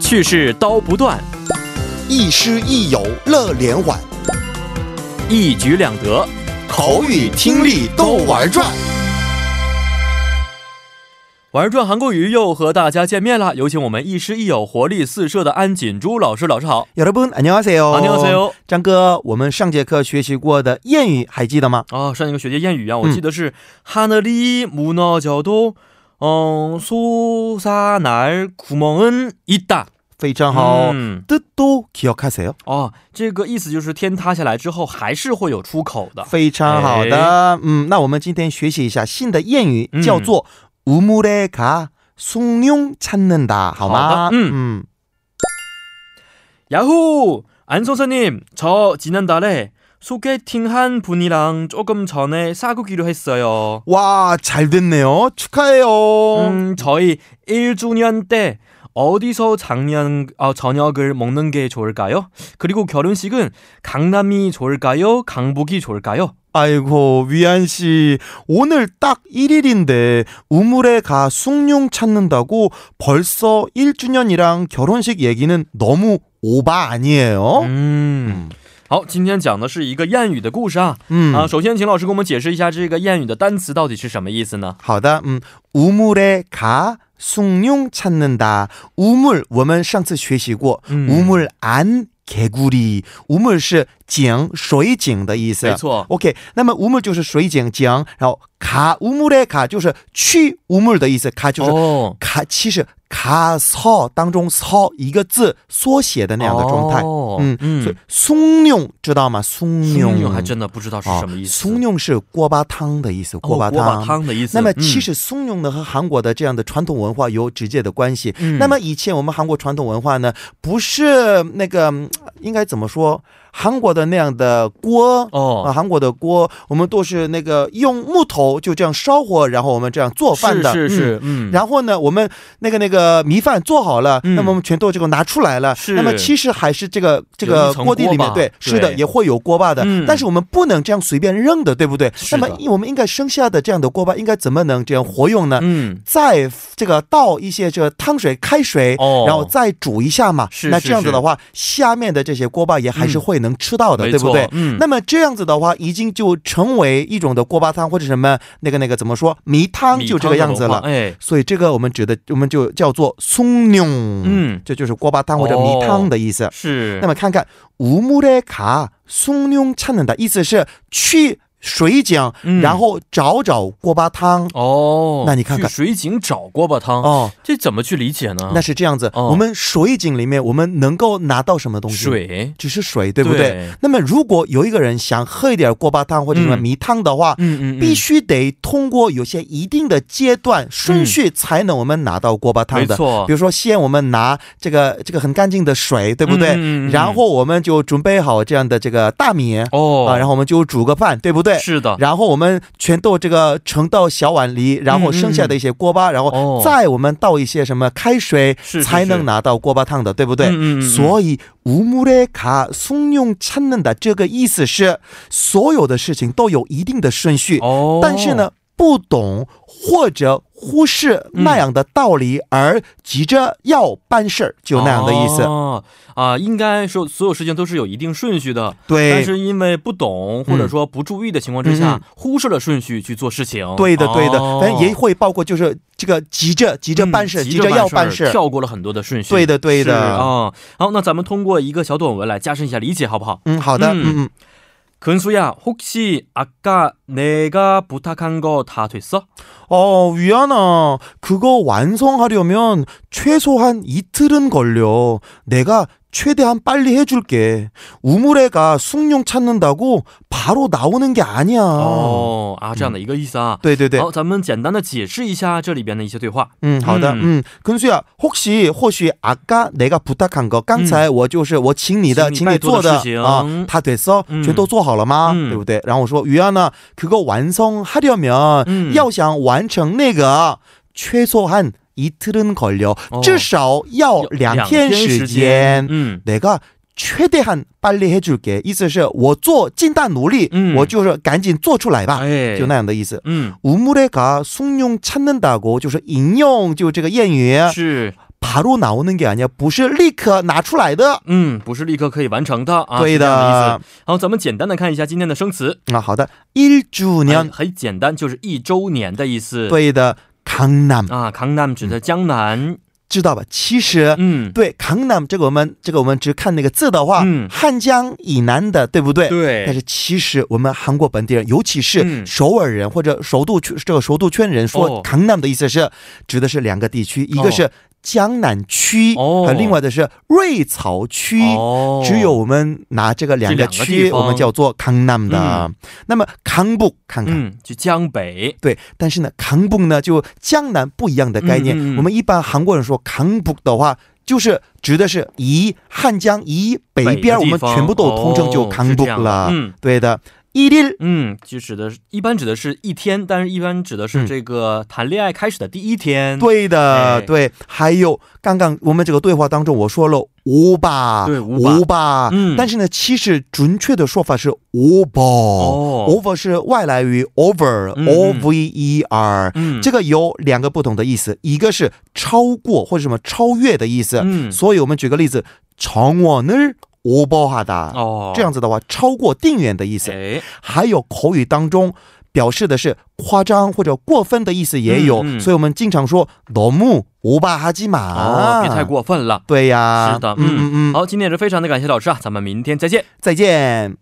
去世刀不断，亦师亦友乐连环，一举两得。口语听力都玩转。玩转韩国语又和大家见面啦！有请我们亦师亦友、活力四射的安锦珠老师。老师好， 여러분 안녕하세요. 안녕하세요. 张哥，我们上节课学习过的谚语还记得吗？啊，上一个学习谚语啊，我记得是哈늘이무너져도嗯소사날구멍은있다。 非常好。嗯， 뜻도기억하세요。 哦，这个意思就是天塌下来之后还是会有出口的。非常好 네. 的。嗯，那我们今天学习一下新的谚语嗯，叫做“우물에가송룡찾는다”，好吗好？的 음。 嗯 야호! 안 선생님, 저 지난달에 소개팅 한 분이랑 조금 전에 사귀기로 했어요. 와잘됐네요축하해요 음, 저희 1주년 때 어디서 작년 아, 저녁을 먹는 게 좋을까요? 그리고 결혼식은 강남이 좋을까요? 강북이 좋을까요? 아이고 위안 씨 오늘 딱 1일인데 우물에 가 숭늉 찾는다고 벌써 1주년이랑 결혼식 얘기는 너무 오바 아니에요? 음. 好，今天讲的是一个谚语的故事啊。 아, 음. 啊，首先请老师给我们解释一下这个谚语的单词到底是什么意思呢？好的，嗯， 음, 우물에가 숭늉 찾는다. 우물 我们上次学习过，嗯 우물안개구리，우물是井水井的意思，没错，OK，那么우물就是水井井，然后 어, 가우물에 가就是去우물的意思，가就是哦，卡其实卡操当中操一个字缩写的那样的状态。哦嗯，嗯所以松茸知道吗？松茸哦松茸还真的不知道是什么意思。松茸是锅巴汤的意思，锅巴哦汤。汤的意思。那么嗯其实松茸呢和韩国的这样的传统文化有直接的关系。嗯那么以前我们韩国传统文化呢，不是那个嗯应该怎么说？韩国的那样的锅啊，哦，韩国的锅，我们都是那个用木头就这样烧火，然后我们这样做饭的。是是嗯是，嗯，然后呢，我们那个那个米饭做好了，嗯那么我们全都这个拿出来了。是那么其实还是这个这个锅底里有一面层，锅巴对，是的，对也会有锅巴的、嗯但是我们不能这样随便扔的，对不对？是那的么我们应该剩下的这样的锅巴应该怎么能这样活用呢？嗯，再这个倒一些这个汤水、开水、哦然后再煮一下嘛。是那是这样子是的话，下面的这些锅巴也还是嗯会能吃到的，没对不错对？嗯，那么这样子的话，已经就成为一种的锅巴汤或者什么那个那个怎么说米汤米就这汤的个样子文化了。哎，所以这个我们指的，我们就叫做松茸，嗯哦这就是锅巴汤或者米汤的意思。是。么那么看看우물에가松茸찾는다，意思是去水井，嗯然后找找锅巴汤。哦，那你看看去水井找锅巴汤，哦，这怎么去理解呢？那是这样子。哦我们水井里面我们能够拿到什么东西？，水，只是水，对不对？对那么如果有一个人想喝一点锅巴汤或者什么嗯米汤的话，嗯嗯，嗯必须得通过有些一定的阶段顺序才能我们拿到锅巴嗯汤没的。错比，如说，先我们拿这个这个很干净的水，对不嗯对？嗯嗯嗯然后我们就准备好这样的这个大米啊、哦，然后后我们就煮个饭，对不对？是的，然后我们全都这个盛到小碗里，然后剩下的一些锅巴，然哦后再我们倒一些什么开水，是是才能拿到锅巴汤的，对不对？嗯嗯嗯嗯所以无木的卡松用찬는다这个意思是所有的事情都有一定的顺序，哦，但是，呢不懂或者忽视那样的道理、而急着要办事儿，就那样的意思。哦啊，应该说所有事情都是有一定顺序的，但对。是因为不懂或者说不注意的情况之下，哎嗯忽视了顺序去做事情。对的，对的，哦反正也会包括就是这个急着急着办事，嗯急着要办事，跳过了很多的顺序。对的，对的。啊、哦好，那咱们通过一个小短文来加深一下理解，好不好？ 음, 好的， 음. 嗯嗯 근수야, 혹시 아까 내가 부탁한 거 다 됐어? 어, 위안아, 그거 완성하려면 최소한 이틀은 걸려. 내가 최대한 빨리 해줄게. 우물에가 숭늉 찾는다고 바로 나오는 게 아니야. 哦啊，这样的一个意思啊。对对对.好，咱们简单的解释一下这里边的一些对话。 음, 嗯好的. 음. 음. 근수야, 啊 혹시 혹시 아까 내가 부탁한 嗯请你 거, 刚才我就是我请你的,请你拜托做的的事情。嗯 아, 다 됐어? 음. 全都做好了吗? 음. 对不对?然后我说, 유연아, 그거 완성하려면 嗯，要想完成那个，최소한이틀은걸려， 哦至少要有两天时间。嗯， 내가최대한빨리해줄게，意思是我做尽大努力，嗯我就是赶紧做出来吧，哎，啊就那样的意思。嗯，啊 우물에가숭늉찾는다고就是引用就这个谚语， 是 바로 나오는 게 아니야. 不是立刻拿出来的.嗯，不是立刻可以完成的啊，是这样的意对的.思。好，咱们简单的看一下今天的生词， 아, 好的. 1주년. 很很简单，就是一周年的意思。对的. 강남. 啊，강남指的江南，知道吧?其实嗯，对강남这个我们这个我们只看那个字的话，嗯汉江以南的，对不对？但对，是其实我们韩国本地人，尤其嗯是首尔人或者首都圈这个首都圈人哦说，강남的意思是指的是两个地区，一哦个是江南区，哦和另外的是瑞草区。哦只有我们拿这个两个这两个地区，方我们叫做강남的。啊那么강북看看。嗯，就江北，对，但是呢，강북呢就江南不一样的概念。嗯嗯嗯我们一般韩国人说강북的话，就是指的是以汉江以北边，我北的地们方全部都通称就哦 강 是这 북 样了。嗯对的，一일 嗯，就指的是一般指的是一天，但是一般指的是嗯这个谈恋爱开始的第一天。对的，哎对。还有，刚刚我们这个对话当中我说了오바， 对 오 500 바 嗯但是呢，其实准确的说法是오버 哦，over 是外来语 over，o 嗯 v e r。嗯，这个有两个不同的意思，一个是超过或者什么超越的意思，嗯所以我们举个例子，정원을오버하다， 哦，这样子啊的话超过定远的意思。哎，还有口语当中表示的是夸张或者过分的意思也有，嗯嗯所以我们经常说너무오바하지마， 哦，别太。过分了。对呀，是的，啊嗯嗯嗯，好，今天也是非常的感谢老师啊，咱们明天再见。再见。